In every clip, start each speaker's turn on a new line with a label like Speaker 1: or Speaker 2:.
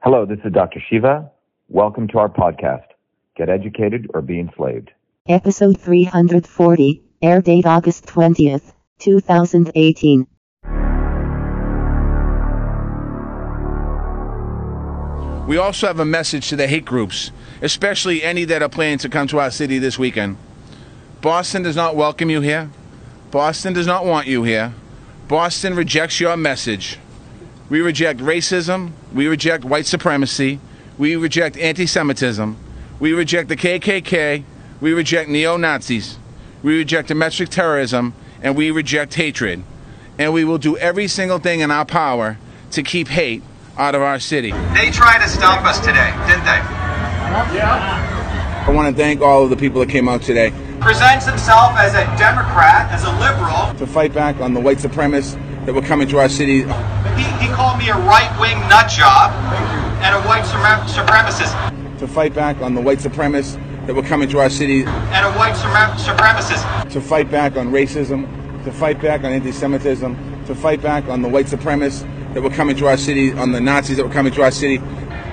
Speaker 1: Hello, this is Dr. Shiva. Welcome to our podcast, Get Educated or Be Enslaved.
Speaker 2: Episode 340, air date August 20th, 2018.
Speaker 3: We also have a message to the hate groups, especially any that are planning to come to our city this weekend. Boston does not welcome you here. Boston does not want you here. Boston rejects your message. We reject racism. We reject white supremacy. We reject anti Semitism. We reject the KKK. We reject neo Nazis. We reject domestic terrorism. And we reject hatred. And we will do every single thing in our power to keep hate out of our city.
Speaker 4: They tried to stop us today, didn't they?
Speaker 3: I want to thank all of the people that came out today
Speaker 4: Presents himself as a Democrat, as a liberal.
Speaker 3: to fight back on the white supremacists that were coming to our city.
Speaker 4: He, he called me a right-wing nut job and a white surma- supremacist
Speaker 3: to fight back on the white supremacists that were coming to our city,
Speaker 4: and a white surma- supremacist.
Speaker 3: to fight back on racism, to fight back on anti Semitism, to fight back on the white supremacists that were coming to our city, on the Nazis that were coming to our city.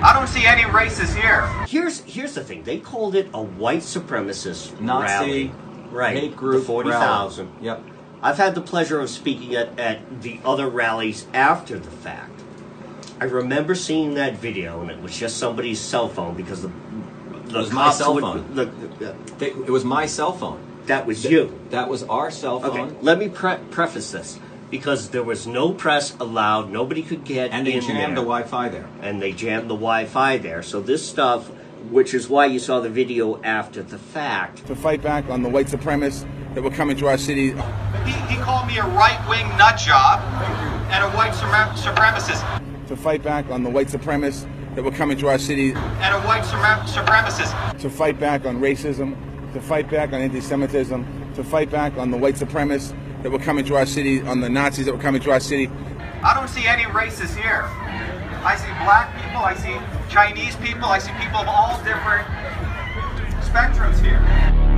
Speaker 4: I don't see any races here.
Speaker 5: Here's here's the thing. They called it a white supremacist
Speaker 6: Nazi
Speaker 5: rally. Right.
Speaker 6: hate group
Speaker 5: forty thousand.
Speaker 6: rally. Yep.
Speaker 5: I've had the pleasure of speaking at, at the other rallies after the fact. I remember seeing that video, and it was just somebody's cell phone because the the
Speaker 6: was my
Speaker 5: cops
Speaker 6: cell
Speaker 5: would-
Speaker 6: phone.
Speaker 5: The, the-
Speaker 6: They, it was my cell phone.
Speaker 5: that was you.
Speaker 6: That was our cell phone.
Speaker 5: Okay, let me pre- preface this because there was no press allowed. Nobody could get
Speaker 6: And they
Speaker 5: in
Speaker 6: jammed the
Speaker 5: there.
Speaker 6: Wi-Fi there.
Speaker 5: and they jammed the Wi-Fi there. So this stuff, which is why you saw the video after the fact.
Speaker 3: To fight back on the white supremacists that were coming to our city,
Speaker 4: He, he called me a right-wing nut job and a white surma- supremacist
Speaker 3: to fight back on the white supremacists that were coming to our city,
Speaker 4: and a white surma- supremacist.
Speaker 3: to fight back on racism, to fight back on anti Semitism, to fight back on the white supremacists that were coming to our city, on the Nazis that were coming to our city.
Speaker 4: I don't see any races here. I see black people, I see Chinese people, I see people of all different spectrums here.